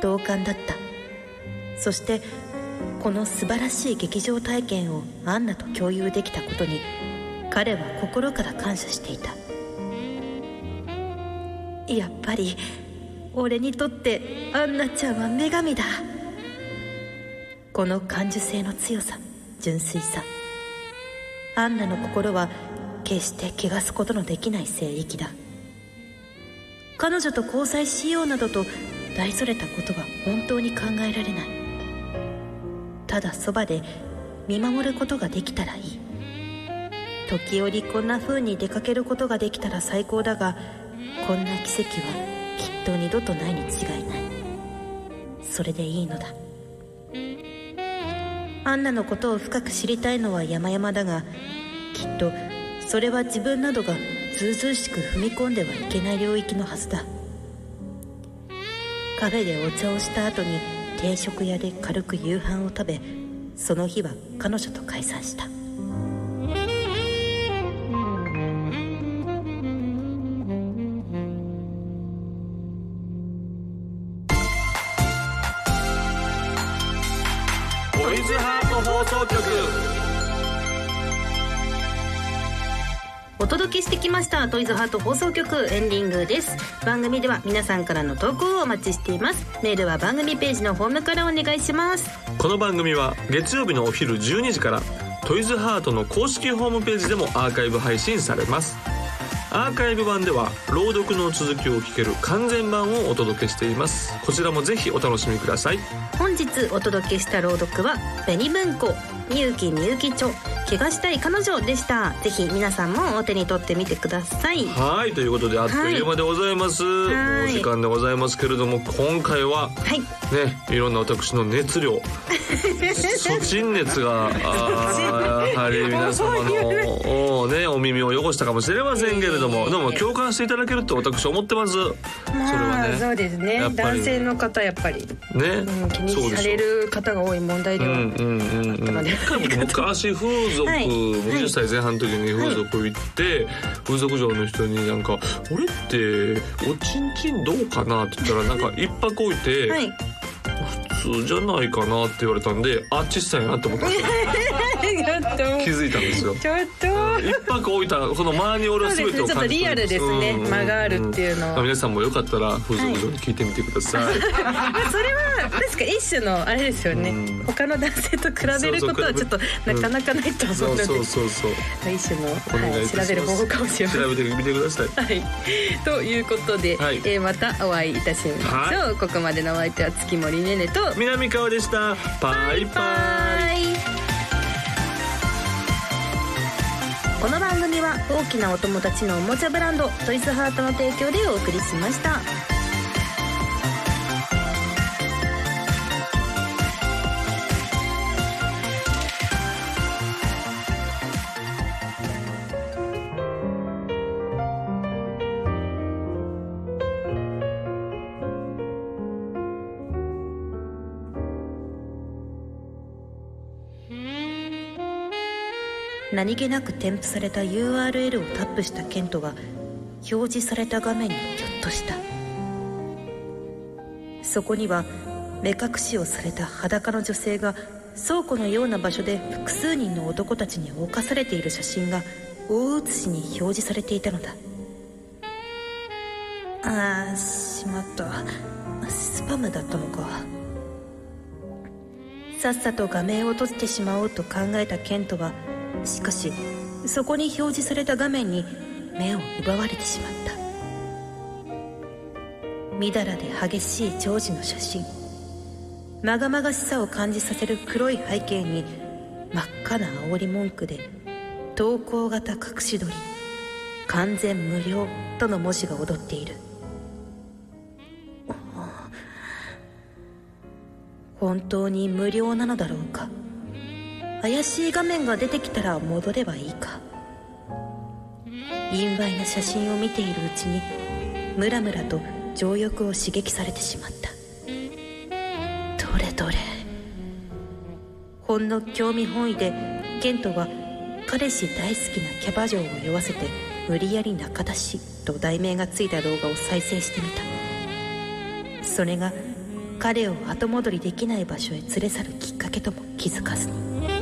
[SPEAKER 1] 同感だったそしてこの素晴らしい劇場体験をアンナと共有できたことに彼は心から感謝していたやっぱり俺にとってアンナちゃんは女神だこの感受性の強さ純粋さアンナの心は決して汚すことのできない聖域だ彼女と交際しようなどと大それたことは本当に考えられないただそばで見守ることができたらいい時折こんな風に出かけることができたら最高だがこんな奇跡はきっと二度とないに違いないそれでいいのだアンナのことを深く知りたいのは山々だがきっとそれは自分などがずうずうしく踏み込んではいけない領域のはずだカフェでお茶をした後に定食屋で軽く夕飯を食べその日は彼女と解散した
[SPEAKER 3] トイズハート放送局
[SPEAKER 4] お届けしてきましたトイズハート放送局エンディングです番組では皆さんからの投稿をお待ちしていますメールは番組ページのフォームからお願いします
[SPEAKER 3] この番組は月曜日のお昼12時からトイズハートの公式ホームページでもアーカイブ配信されますアーカイブ版では朗読の続きを聞ける完全版をお届けしていますこちらもぜひお楽しみください
[SPEAKER 4] 本日お届けした朗読は紅文庫みゆきみゆき著怪我したい彼女でしたぜひ皆さんもお手に取ってみてくださいは
[SPEAKER 3] はいということであっという間でございます、
[SPEAKER 4] はい
[SPEAKER 3] もうお時間でございますけれども今回はいねいろんな私の熱量そ陳熱が
[SPEAKER 5] *laughs*
[SPEAKER 3] あーやはり皆様のお,、ね、お耳を汚したかもしれませんけれどもでも共感していただけると私思ってますそれ
[SPEAKER 5] まあそ
[SPEAKER 3] はね
[SPEAKER 5] うですね
[SPEAKER 3] やっぱり
[SPEAKER 5] 男性の方やっぱり、
[SPEAKER 3] ね
[SPEAKER 5] うん、気
[SPEAKER 3] そう
[SPEAKER 5] に
[SPEAKER 3] で
[SPEAKER 5] さ
[SPEAKER 3] しょ
[SPEAKER 5] れる方が多い問題
[SPEAKER 3] う
[SPEAKER 5] では、
[SPEAKER 3] んうんうんうん
[SPEAKER 5] まで
[SPEAKER 3] 昔風俗、
[SPEAKER 4] はい
[SPEAKER 3] 20歳前半の時に風俗行って、風俗嬢の人になんか「俺っておちんちんどうかな?」って言ったらなんか一泊置い
[SPEAKER 4] い
[SPEAKER 3] て、普通じゃないかなって言われたんであっちっさいなって思ったんですよ
[SPEAKER 5] ちょっ
[SPEAKER 3] 気づいたんですよ
[SPEAKER 5] とちょっと
[SPEAKER 3] 一泊置いたこの間に俺は
[SPEAKER 5] そう
[SPEAKER 3] 全て
[SPEAKER 5] ですね
[SPEAKER 3] を
[SPEAKER 5] ちょっ
[SPEAKER 3] 感
[SPEAKER 5] と
[SPEAKER 3] じて
[SPEAKER 5] リアルですね間があるっていうのは
[SPEAKER 3] 皆さんもよかったら風俗嬢に聞いてみてください、
[SPEAKER 5] まあそれは確か一種のあれですよね、
[SPEAKER 3] うん
[SPEAKER 5] 他の男性と比べることはちょっと
[SPEAKER 3] そう
[SPEAKER 5] な
[SPEAKER 3] そう
[SPEAKER 5] かなかないと
[SPEAKER 3] そ
[SPEAKER 5] 思うの
[SPEAKER 3] う
[SPEAKER 5] で、
[SPEAKER 3] そうそうそう
[SPEAKER 5] 一種の、
[SPEAKER 3] お願
[SPEAKER 5] はい
[SPEAKER 3] い
[SPEAKER 5] い、
[SPEAKER 3] いたします
[SPEAKER 5] 調べる方法かもしれません
[SPEAKER 3] 調べてみてください
[SPEAKER 5] *laughs* はい、ということで、
[SPEAKER 3] はい
[SPEAKER 5] えーまたお会いいたしましょう、
[SPEAKER 3] は
[SPEAKER 5] ここまでのお相手は月森ねねと
[SPEAKER 3] 南川でしたバイバイ
[SPEAKER 4] この番組は大きなお友達のおもちゃブランドトイズハートの提供でお送りしました
[SPEAKER 1] 何気なく添付された URL をタップしたケントは表示された画面にぎょっとしたそこには目隠しをされた裸の女性が倉庫のような場所で複数人の男たちに侵されている写真が大写しに表示されていたのだああしまったスパムだったのかさっさと画面を閉じてしまおうと考えたケントはしかしそこに表示された画面に目を奪われてしまったみだらで激しいジョージの写真まがまがしさを感じさせる黒い背景に真っ赤な煽り文句で「投稿型隠し撮り完全無料」との文字が踊っている本当に無料なのだろうか怪しい画面が出てきたら戻ればいいか陰猥な写真を見ているうちにムラムラと情欲を刺激されてしまったどれどれほんの興味本位でケントは彼氏大好きなキャバ嬢を酔わせて無理やり仲出しと題名がついた動画を再生してみたそれが彼を後戻りできない場所へ連れ去るきっかけとも気づかずに